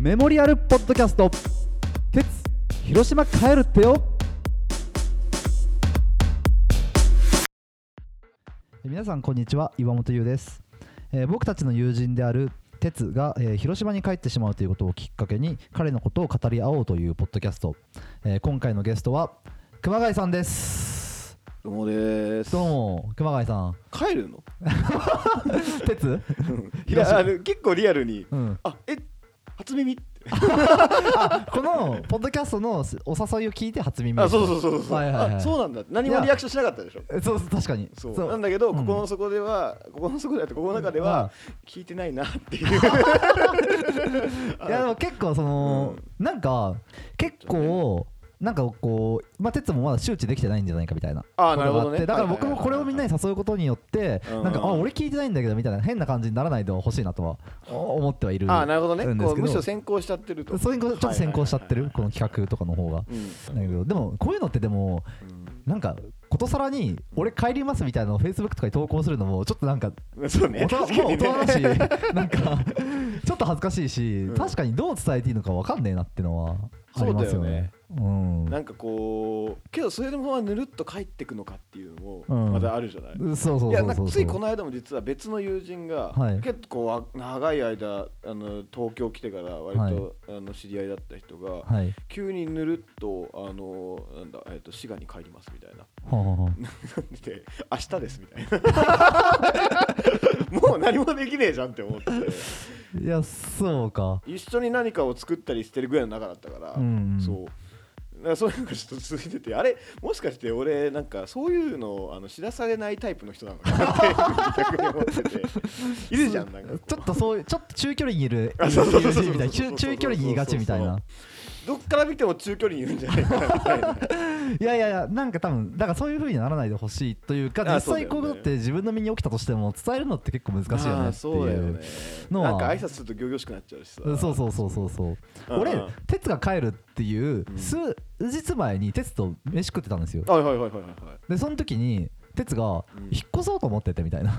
メモリアルポッドキャスト鉄広島帰るってよ皆さんこんにちは岩本優です、えー僕たちの友人である鉄が、えー広島に帰ってしまうということをきっかけに彼のことを語り合おうというポッドキャスト、えー今回のゲストは熊谷さんですどうもです。どうも熊谷さん帰るの？ 鉄いやあの結構リアルに。うんあえ初耳って。このポッドキャストのお誘いを聞いて初耳あそうそうそうそう。はいはいはいあそうなんだ。何もリアクションしなかったでしょ。うそうそう確かにそうそうなんだけど、うんここの底ではここの底ではってここの中では聞いてないなっていう。いやでも結構その、なんか結構なんかこうまあ哲もまだ周知できてないんじゃないかみたいなあーなるほどねことがあってだからはいはい僕はいはいもこれをみんなに誘うことによってうんうんなんかあ俺聞いてないんだけどみたいな変な感じにならないでほしいなとはお思ってはいるんですけどあなるほどね。こうむしろ先行しちゃってると。そういうことちょっと先行しちゃってるこの企画とかの方がうん。だけどでもこういうのってでもなんかことさらに俺帰りますみたいなのを Facebook とかに投稿するのもちょっとなんかうんそう大ね。人確かもう大に人ねだ しなんかちょっと恥ずかしいし、ん確かにどう伝えていいのか分かんねえなってのはありますよね。うんなんかこうけどそれでもまあぬるっと帰ってくのかっていうのもうんまだあるじゃない。そうそうそうそういやなんかついこのの間も実は別の友人が、はい結構わ長い間あの東京来てから割と、あの知り合いだった人が、はい 急にぬるっとあのなんだ、えっと滋賀に帰りますみたいな はあはあはで明日ですみたい なもう何もできねえじゃんって思ってあいやそうか一緒に何かを作ったりしてるぐらいの仲だったから、うんうんそう。だからそういうのがちょっと続いててあれもしかして俺なんかそういうのをあの知らされないタイプの人なのかなって逆に思っ てているじゃんなんかこうちょっとそういうちょっと中距離にいるあ そうそうそうそういるみたいな中中距離にいがちみたいなどっから見ても中距離にいるんじゃないかなみたいないやいやいやなんか多分だからそういう風にならないでほしいというかあ実そうだ際よねこういうことって自分の身に起きたとしても伝えるのって結構難しいよねっあーていそうだよねのはなんか挨拶すると仰々しくなっちゃうしさそうそうそうそうそう、うん俺うん鉄が帰るっていううん数日前に鉄と飯食ってたんですよはいはいはいはいはいでその時に鉄がうん引っ越そうと思っててみたい な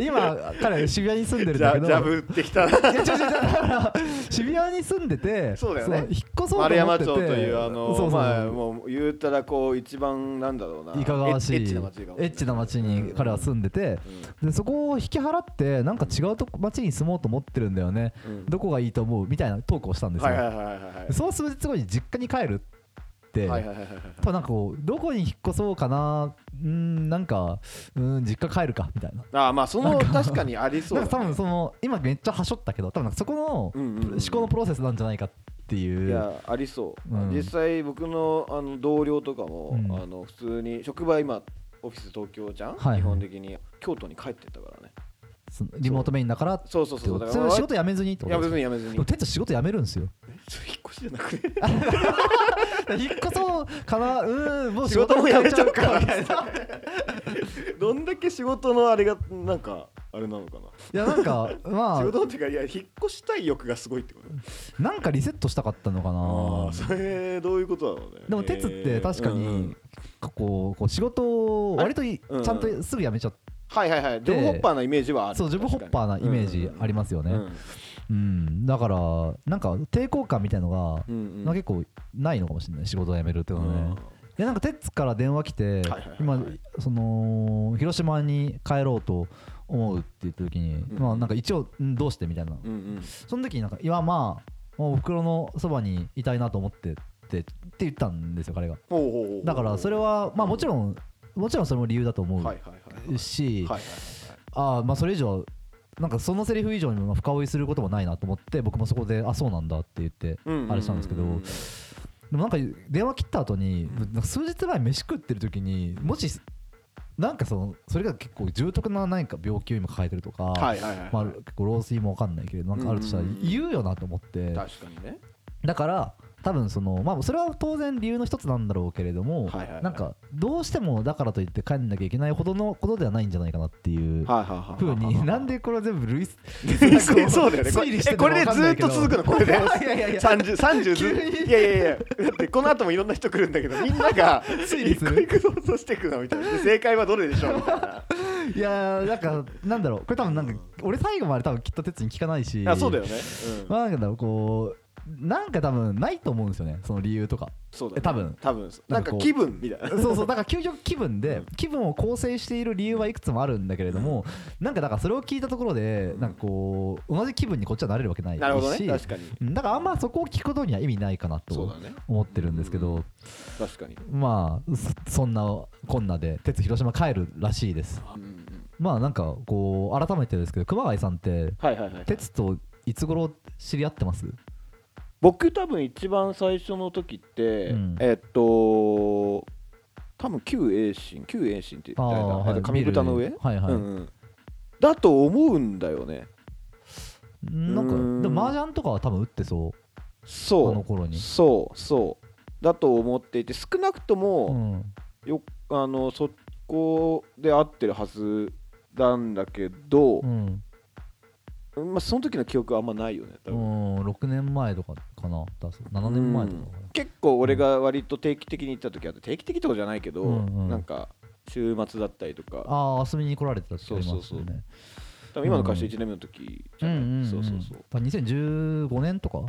今彼渋谷に住んでるんだけどジャブってきたないや違う違う違うだから渋谷に住んでてそうだよね引っ越そうと思って丸て山町というあのそうそうそうまあもう言ったらこう一番なんだろうないかがわしいエッチな街かもしれないエッチな街に彼は住んでて、でそこを引き払ってなんか違うとこ町に住もうと思ってるんだよね、うんどこがいいと思うみたいなトークをしたんですよ、はいはいはいはいはいでその数日後に実家に帰るって、はいはいはいはいはいやっぱなんかこうどこに引っ越そうかなうーんなんかうーん実家帰るかみたいな。あーまあそなのんか確かにありそうなんかだ多ね分その今めっちゃはしょったけど多分なんかそこの思うんうんうん考のプロセスなんじゃないかっていういやありそう、うん実際僕のあの同僚とかも、うんあの普通に職場今オフィス東京じゃん、はい基本的に京都に帰ってったからねそのリモートメインだからってそうそうそうこだとかそられ仕事辞めずにっていこやとで別すかにやめずでにも哲仕事辞めるんですよえそれ引っ越しじゃなくて引っ越そうかなうーんもう仕事も辞めちゃう仕事もか辞めちゃうみたいな どんだけ仕事のあれがなんかあれなのかいやなんかなま仕事っていうかいや引っ越したい欲がすごいってことあなんかリセットしたかったのかああなそれどういうことだろうねでも鉄って確かうんうんにこうこう仕事を割といあれちゃんとすぐ辞めちゃってはいはいはいジョブホッパーなイメージはあるそうジョブホッパーなイメージありますよすね、うんだからなんか抵抗感みたいのが、まあ結構ないのかもしれない仕事を辞めるっていうのはね、いやなんか鉄から電話来て、はいはいはい今その広島に帰ろうと思うって言った時に、うんまあなんか一応うんどうしてみたいな、うんうんその時になんかいやまあもうお袋のそばにいたいなと思ってってって言ったんですよ彼がほうほうほうだからそれはまあもちろんもちろんそれも理由だと思うはいはいはいはいし、はいはいああまあそれ以上なんかそのセリフ以上にも深追いすることもないなと思って僕もそこであそうなんだって言ってはいはいあれしたんですけどうううでもなんか電話切った後になんか数日前飯食ってる時にもしなんかそのそれが結構重篤な何か病気を今抱えてるとか、はいはいはいまあ、はい結構老衰も分かんないけれどなんかあるとしたらうんうんうん言うよなと思って確かにねだから多分そのまあそれは当然理由の一つなんだろうけれどもはいはいはいなんかどうしてもだからといって帰んなきゃいけないほどのことではないんじゃないかなっていうはいはいはいふうになんででこれは全部類 そうだよねこ推理れしてえんのこかれ分でかんずなっいけどと続くのこれ でいやいやいや30 30ず急にいやいやいやだってこの後もいろんな人 来るんだけどみんなが推理する 一個一個想像していくのみたいなで正解はどれでしょうみたいないやーなんかなんだろうこれ多分なんか俺最後まで多分きっと哲に聞かないしあそうだよね、うんまあなんだろうこうなんか多分ないと思うんですよねその理由とかそうだ、ね、多分多分そうななんんかかこう気分みたいなそうそうだから究極気分うでん気分を構成している理由はいくつもあるんだけれどもなんかだからそれを聞いたところでなんかこう同じ気分にこっちはなれるわけないしなるほどね確かにうんだからあんまそこを聞くことには意味ないかなそうとだね思ってるんですけど確かに、まあそそんなこんなで鉄広島帰るらしいですうんうん、まあなんかこう改めてですけど熊谷さんってはいはいはい鉄といつ頃知り合ってます僕多分一番最初の時って、うんえっと多分旧栄新旧栄新って言ったよなえっと紙豚の上、ビルはいはい、うんうん、だと思うんだよねなんかうーんでも麻雀とかは多分打ってそうそあのう頃にそうそうだと思っていて少なくとうも、んよあのそこで合ってるはずなんだけど、うんまあ、その時の記憶はあんまないよね多う分ん6年前とかかなだそう7年前とかかな結構俺が割と定期的に行った時あって定期的とかじゃないけど、うんうんなんか週末だったりとかああ遊びに来られてたって言いますよねそうそう多分今の会社1年目の時じうゃんない、うんうんそうそうそだうから2015年とか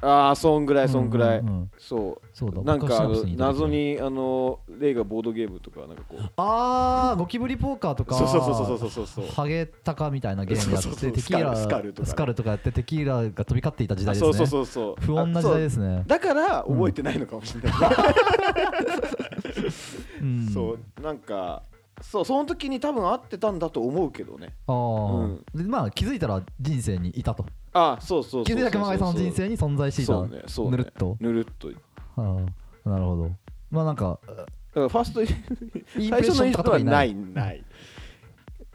ああそんぐらいそんぐらい、ううんそそうだうなん僕かはあシナプスのにいた時謎にあのレイがボードゲームとかなんかこうああゴキブリポーカーとかそうそうそうそうそうそうそうハゲタカみたいなゲームやそうっそうそてうテキーラスカルスカルとかねスカルとかやってテキーラが飛び交っていた時代あですねそうそうそうそう不穏な時代ですねあそうだから覚えてないのかもしれない、うん そうなんかそうその時に多分合ってたんだと思うけどねああ、うんでまあ気づいたら人生にいたとあそうそうそう気づいたら熊谷さんの人生にに存在していたそうねそうねぬるっとぬるっとだかああなるほどまあなんからファーストインプレ最ッ初シのョン印と象かとはかいなないいない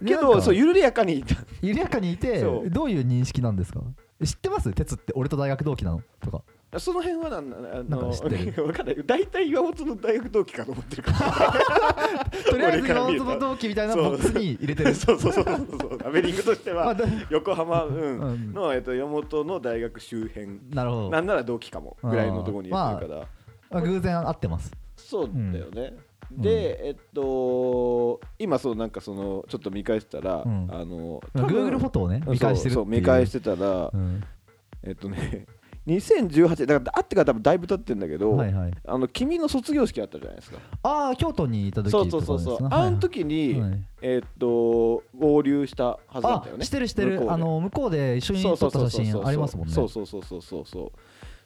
でけなんかどそう緩やかにいた緩やかにいてそうどういう認識なんですか知ってます鉄って俺と大学同期なのと かその辺はなんあのなんか知って わかんない大体岩本の大学同期かと思ってるからとりあえず俺から岩見えた本同期みたいなそうボックスに入れてる そうそうそうそうそうラベリングとしてまあはだ横浜、うんうんの、えっと、岩本の大学周辺なるほなんなら同期かもぐらいのところにいるから、ど偶然合ってますそうだよね、うんでえっと今そうなんかそのちょっと見返したら、うんあの多分 Google フォトをね見返してるそうそう見返してたら、うんえっとね2018だからあってから多分だいぶ経ってんだけど、はいはいあの君の卒業式あったじゃないですかああ京都にいた時そうそうそうそう、あの時に、はいえっと合流したはずだっあたよねしてるして向るこうであの向こうで一緒にそう撮そっうたそう写そう真ありますもんねそうそうそうそうそうそう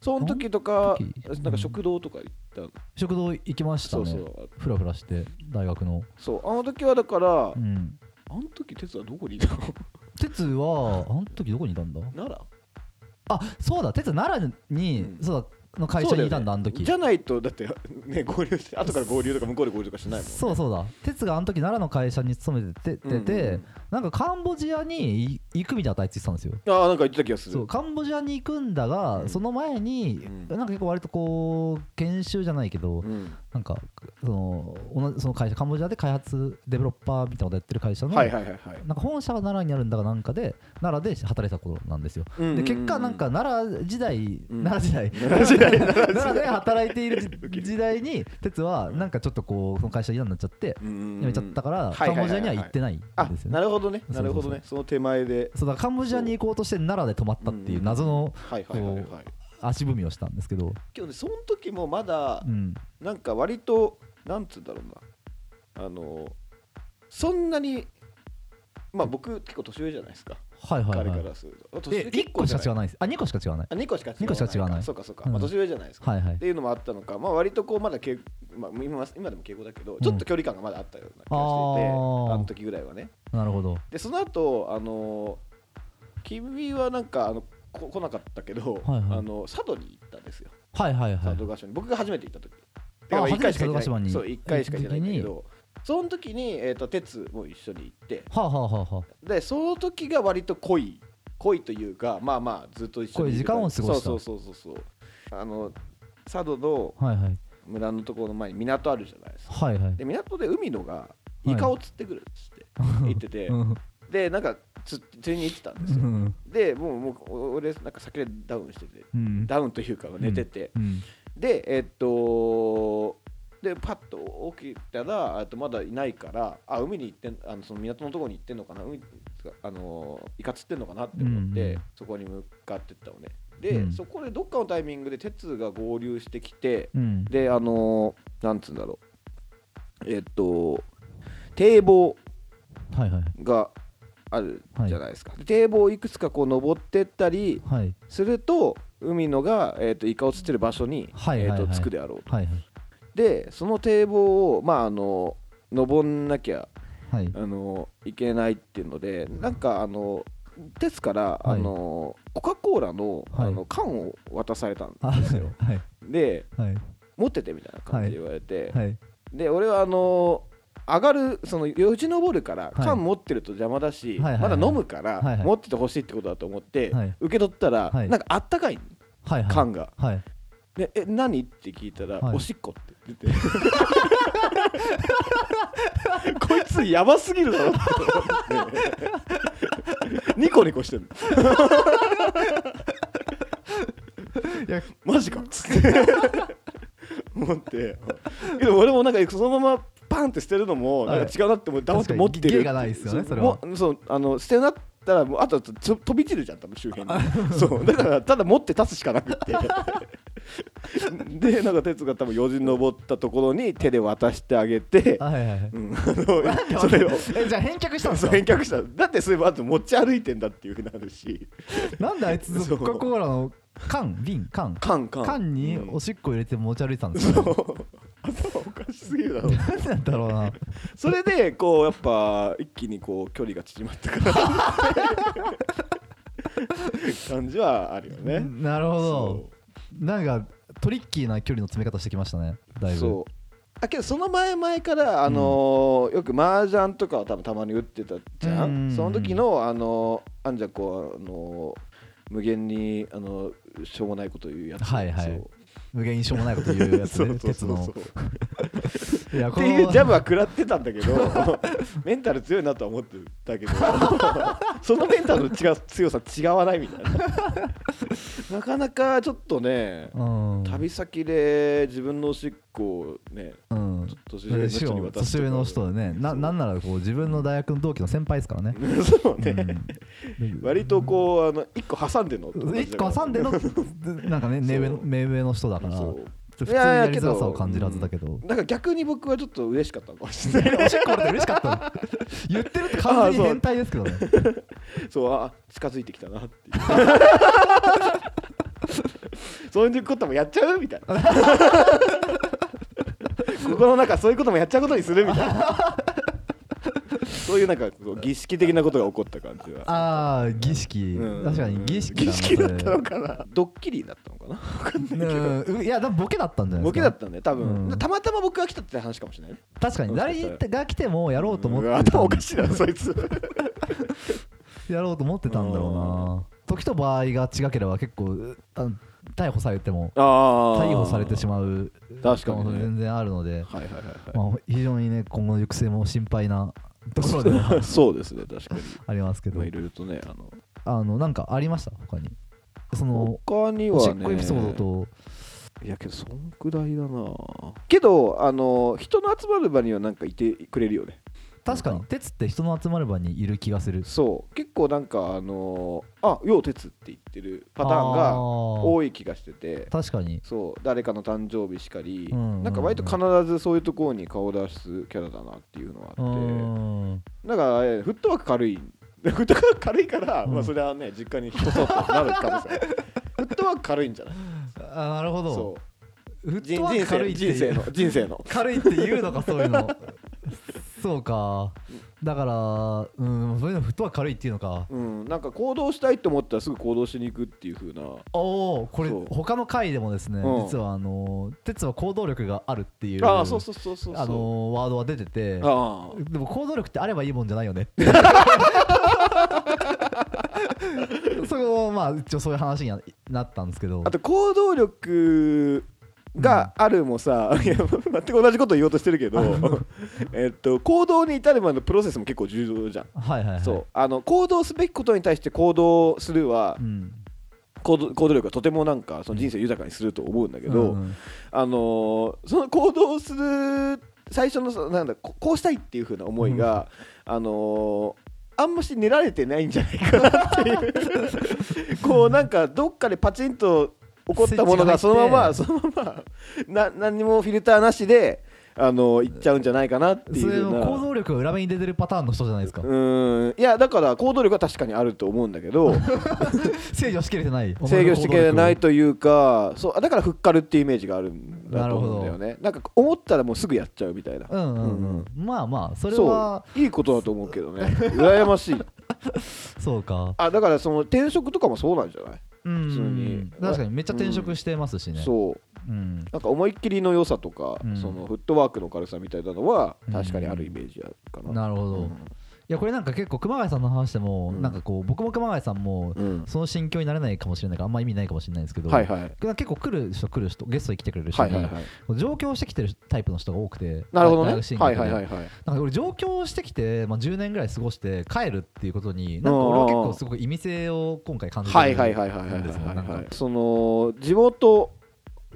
その時とかあの時なんか食堂とか行ったの、食堂行きましたそうそねうふらふらして大学のそうあの時はだから、うんあの時哲はどこにいたの哲はあの時どこにいたんだ奈良あそうだ哲奈良にうんそうだの会社にいたんだあのそう時よねじゃないとだってね合流して後から合流とか向こうで合流とかしないもん、ね、そうそうだ哲があの時奈良の会社に勤めててうんうんてなんかカンボジアに行くみたいなことあいつ言ってたんですよああなんか言ってた気がするそうカンボジアに行くんだが、うんその前に、うんなんか結構割とこう研修じゃないけど、うんなんかその同じその会社カンボジアで開発デベロッパーみたいなことやってる会社の、はいはいはいはい、なんか本社は奈良にあるんだがなんかで奈良で働いてた頃なんですよ。うんうんうでん結果なんか奈良時代、うん奈 良時代時代奈良で働いている時時代に哲はなんかちょっとこうその会社嫌になっちゃってうんうんうん辞めちゃったから、はいはカンいはボいはいジアには行ってないんあですよね。なるほどねそうそなうそうるほどねその手前でそうだからカンボジアに行こうとして奈良で泊まったっていう謎のはいはいはいはいこ足踏みをしたんですけど、今日ねその時もまだうん、なんか割となんつうんだろうなあのそんなにまあ僕結構年上じゃないですか、はいはいは彼いか。らするとえ、一個しか違うわないです。あ、二個しか違わない。あ2個しか違う二個しか違わないそうかそうか、うんまあ、年上じゃないですか、はいはいっ。ていうのもあったのか、まあ、割とこうまだ敬、まあ、今は今でも敬語だけどちょっと距離感がまだあったような気がしていて、あーあの時ぐらいはねなるほど。でその後あの君はなんかあのこ来なかったけど、はいはいあの佐渡に行ったんですよはいはいはい佐。渡島に僕が初めて行った時あだから一回しか行って初めて佐渡島なにいそう一回しか行ってないんだけどその時に、えー、と鉄も一緒に行ってはあ、はあはあはあ、でその時が割と濃い濃いというかまあまあずっと一緒濃にいる時間を過ごしたそうそうそうそうそうあの佐渡のはいはい。村のところの前に港あるじゃないですかはいはい。で港で海野がいイカを釣ってくるっつって言ってて、うんでなんか釣釣りに行ってたんですうよ、んでもうもうお俺なんか酒でダウンしててうん。ダウンというか寝てて、うん。でえっとでパッと起きたらあとまだいないからあ海に行ってんあのその港のところに行ってんのかな海つかあのーイカ釣ってんのかなって思って、うんうんそこに向かってったのねで、うんそこでどっかのタイミングで鉄が合流してきてうんであのーなんつうんだろうえっと堤防はいはいがあるじゃないですか、で堤防をいくつかこう登ってったりはいすると海野が、えー、とイカを釣ってる場所に、はいはいはいえー、と着くであろうはいでその堤防をまああの登んなきゃはいはいあのいけないっていうのでなんかあのですから、はいあのコカ・コーラの,、はいあの缶を渡されたんあですよはいではい持っててみたいな感じで言われて、はいで俺はあの上がるそのよじ登るから、はい缶持ってると邪魔だはし、いはいはいまだ飲むから、はいはい持っててほしいってことだと思って、はい受け取ったら、はいなんかあったかいはいはい缶が、はいでえ何って聞いたら、はいおしっこって 言っててこいつやばすぎるだろ って思ってニコニコしてるいやマジかっつって思ってけど俺もなんかそのままパンって捨てるのもなんか違うなって思って黙って持ってる確かに芸がないですよねそれはもそうあの捨てなったらもうあとつ飛び散るじゃん多分周 辺にそうだからただ持って立つしかなくて でなんか哲が多分よじ登ったところに手で渡してあげて、はいはいはいうん、あのそれをえじゃあ返却したんですそうか返却しただってそういえばあと持ち歩いてんだっていうふうになるしなんであいつそコうカ・コーラの缶瓶缶カンカン缶にうんおしっこ入れて持ち歩いてたんですそよ、ね、う頭おかしすぎるだろ何なんだろうなそれでこうやっぱ一気にこう距離が縮まったから感じはあるよねなるほどそなんかトリッキーな距離の詰め方してきましたねだいうぶそうあけどその前々から、あのーよく麻雀とかは多分たまに打ってたじゃん、うんうんうんその時の、あのーあんじゃんこう、あのー無限に、あのーしょうもないこと言うやつ、はいはいそう無限にしょうもないこと言うやつ そねうそう鉄そうのそういやってこのいうジャブは食らってたんだけど メンタル強いなとは思ってたけど そのメンタルの違う強さ違わないみ たいななかなかちょっとねうん旅先で自分のおしっこをね うん年上のでし人かにも渡す年上の人でねなそうなんならこう自分の大学の同期の先輩ですからね、ねそううね、ん、割とこうあの一個挟んでんの1個挟んで のなんかね目上のそう目上の人だからちょっそうと普通いにやいややりけづどらさを感じるはずだけどだから逆に僕はちょっと嬉しかったのかもし れないおしっこ漏れて嬉しかったの言ってるって完全に変態ですけどねそうあ近づいてきたなっていうそういうこともやっちゃうみたい なここの中そういうこともやっちゃうことにするみたいなそういうなんかこう儀式的なことが起こった感じはああ儀式、うん確かに儀式儀式だったのかかなドッキリだったのかな分かんないけど、うんいやだボケだったんじゃないですかボケだったんだよ多分、うんたまたま僕が来たって話かもしれないね確かに誰が来てもやろうと思ってんた頭おかしいなそいつやろうと思ってたんだろううな時と場合が違ければ結構あの逮捕されてもああ逮捕されてしまう確かに可ね能性全然あるので、はいはいはいはいまあ、非常にね今後の行く末も心配なところでは そうですね確かに ありますけどまあいろいろとねあのあのなんかありました他にその他におしはっねこエピソードといやけどそんくらいだなけどあの人の集まる場にはなんかいてくれるよね確かに鉄って人の集まる場にいる気がするそう結構なんかあのあよう鉄って言ってるパターンあーが多い気がしてて確かにそう誰かの誕生日しかり、うんうんうんなんか割と必ずそういうところに顔を出すキャラだなっていうのはうあんってだからえフットワーク軽い フットワーク軽いから、うんまあそれはね実家に引っ越そうとなるかもし れないフットワーク軽いんじゃないあなるほどそうフッ人トワーク人軽い生っていう人生の人生 の軽いって言うのかそういうのそうかだからうんそういうのフットワーク軽いっていうのかうんなんか行動したいと思ったらすぐ行動しに行くっていう風なおおこれそう他の回でもですね、うん実はあの鉄は行動力があるっていうああそうそうそうそうそうあのワードは出ててああでも行動力ってあればいいもんじゃないよ ねそれもまあ一応そういう話にはなったんですけどあと行動力があるもさ、いや全く同じこと言おうとしてる けどえっと行動に至るまでのプロセスも結構重要じゃん、はいはいはいそうあの行動すべきことに対して行動するはうん、行動行動力はとてもなんかその人生を豊かにすると思うんだけど、うんうんあのーその行動する最初のそのなんだここうしたいっていう風な思いが、あのーあんまし練られてないんじゃないかなっていう こうなんかどっかでパチンと起こったものがスイそッチのがま入っまてそのままな何にもフィルターなしで、あのーいっちゃうんじゃないかなっていうそれ風もな行動力が裏目に出てるパターンの人じゃ ないですかうーんいやだから行動力は確かにあると思うんだ けど制御しきれてない制御してけない己というかそうあだからふっかるっていうイメージがあるんだと思うんだよねなんか思ったらもうすぐやっちゃうみたいのな行動力うんうんうんまあまあそれはそういいことだと思うけ どね羨ましいそうかあだからその転職とかもそうなんじゃない、うん普通に確かにめっちゃ転職してますしねそううんなんか思いっきりの良さとか、うんそのフットワークの軽さみたいなのは確かにあるイメージあるかな、なるほどいやこれなんか結構熊谷さんの話でもうんなんかこう僕も熊谷さんもうんうんその心境になれないかもしれないからあんま意味ないかもしれないんですけどはいはいはい結構来る人来る人ゲストに来てくれる人はいにはい上京してきてるタイプの人が多くてなるほど大ね学進学はでいはいはいはいなんか俺上京してきて、まあ、10年ぐらい過ごして帰るっていうことになんかうんうん俺うんは結構すごく意味性を今回感じてはいるはいはいはいはいんですよはいなんはかいその地元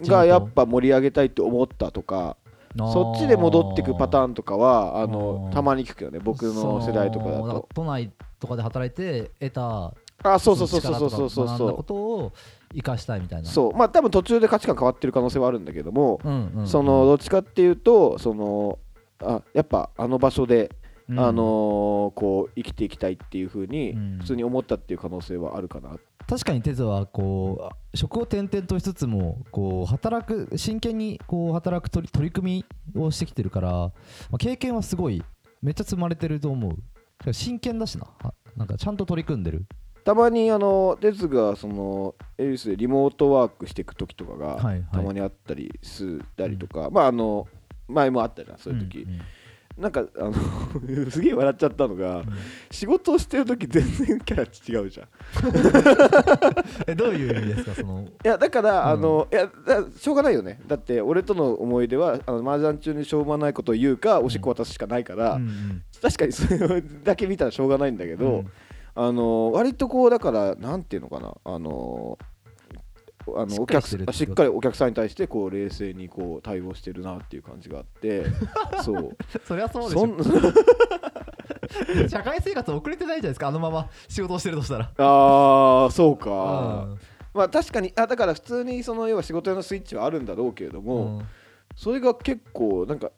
がやっぱ盛り上げたいって思ったとかそっちで戻ってくパタンーンとかはああのーたまに聞くよね僕の世代とかだそのと都内とかで働いて得たあそうそうそうそうそうそうそその力とかう学んだことを生かしたいみたいなそうまあ多分途中で価値観変わってる可能性はあるんだけども、うんうんうん、そのどっちかっていうとそのあやっぱあの場所で、うんあのーこう生きていきたいっていうふうにうん普通に思ったっていう可能性はあるかな、確かに哲はこう職を転々としつつもこう働く真剣にこう働く取り取り組みをしてきてるから、まあ、経験はすごいめっちゃ積まれてると思う真剣だしなあなんかちゃんと取り組んでるたまにあの哲がその恵比寿でリモートワークしていく時とかがはいはいたまにあったりすたりとか、まああの前もあったじゃんそういう時、んんなんかあの すげえ笑っちゃったのが、仕事をしてる時全然キャラ違うじゃんえどういう意味ですかそ のいやだから、うんあのいやだしょうがないよねだって俺との思い出はあの麻雀中にしょうもないことを言うかおしっこ渡すしかないから、うんうん確かにそれだけ見たらしょうがないんだけど、うんあの割とこうだからなんていうのかなあのあのしっおかり客してるさんしっかりお客さんに対してこう冷静にこう対応してるなっていう感じがあって そうそりゃそうでしそょん社会生活遅れてないじゃないですかあのまま仕事をしてるとしたらああそうか、うんまあ確かにあだから普通にその要は仕事用のスイッチはあるんだろうけれども、うんそれが結構なんか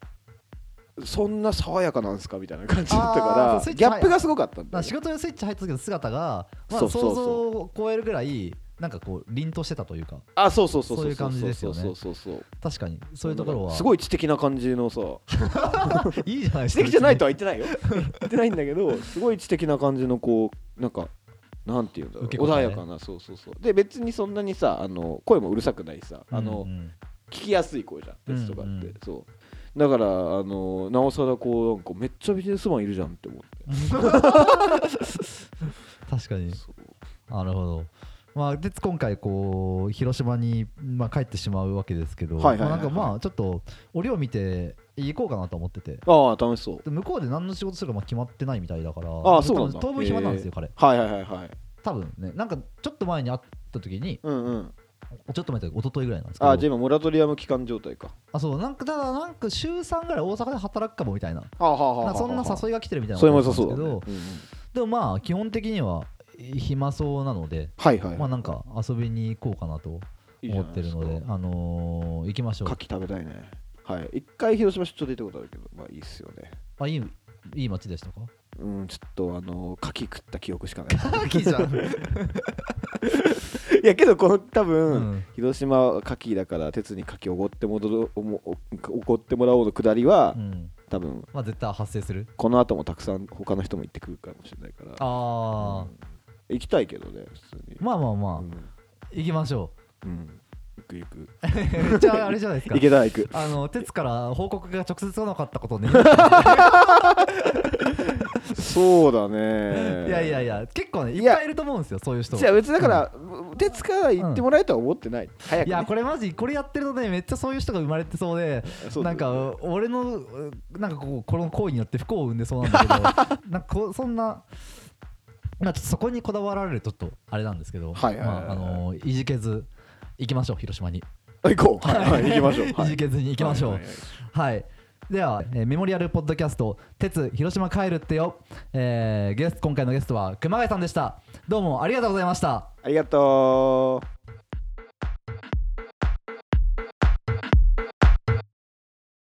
そんな爽やかなんですかみたいな感じだったあーかそうらギャップがすごかっただんからだよ仕事のスイッチ入った時の姿が、まあ、そ想うそうそう像を超えるぐらいなんかこう凛としてたというかあそうそうそうそういう感じですよねそうそうそうそう確かにそういうところはすごい知的な感じのさいいじゃないです知か的じゃないとは言ってないよ言ってないんだけどすごい知的な感じのこうなんかなんていうんだろう受け答穏えやかなそうそうそうで別にそんなにさあの声もうるさくないしさあの、うんうん聞きやすい声じゃんテストとかって、うんうんそうだからあのなおさらこうなんかめっちゃビジネスマンいるじゃんって思って確かにそうなるほどまあ、で今回こう広島に、まあ、帰ってしまうわけですけどまはあいはいなはいはいんかまあちょっと折を見て行こうかなと思っててああ楽しそうで向こうで何の仕事するかまあ決まってないみたいだからああそうなん多だ分当分暇なんですよへえ彼はいはいはいはい多分ねなんかちょっと前に会った時にうんうんちょっと前というか一昨日ぐらいなんですけどあじゃあ今モラトリアム期間状態かあそうなんかただなんか週3ぐらい大阪で働くかもみたいなはあはあはなんかそんな誘いいが来てるみたいなそれも良こさとそだうっただ、んねですけどでもまあ基本的には暇そうなのではいはい、まあなんか遊びに行こうかなと思ってるのであのー行きましょう牡蠣食べたいねはい一回広島出張で行ったことあるけどまあいいっすよねあいいいい街でしたか うんちょっとあの牡蠣食った記憶しかない秋じゃんいやけどこの多分、うん広島は牡蠣だから鉄に牡蠣おごって戻るおもおおごってもらおうのくだりは、うん多分まあ絶対発生するこの後もたくさん他の人も行ってくるかもしれないからあうん行きたいけどね普通にあまあまあまうんあ行きましょうん行く行くう めっちゃあれじゃないですか池田 行くあの鉄から報告が直接来なかったことねそうだいねや いやいや結構ねいいっやぱいいると思うんですよそういう人じゃあ別にだから鉄から行ってもらえとは思ってない早くいねやこれマジこれやってるとねめっちゃそういう人が生まれてそうでそうなんか俺の うなんかこうこの行為によって不幸を生んでそうなんだけどなんかこうそんなまあ、ちょっとそこにこだわられるとちょっとあれなんですけど、はいはいはいはいまああのいじけず行きましょう広島に、行こうはい、はい、行きま 、しょう、はいじけずに行きましょう、はいはいはいはい。では、えーメモリアルポッドキャスト「鉄広島帰るってよ」えーゲスト今回のゲストは熊谷さんでしたどうもありがとうございましたありがとう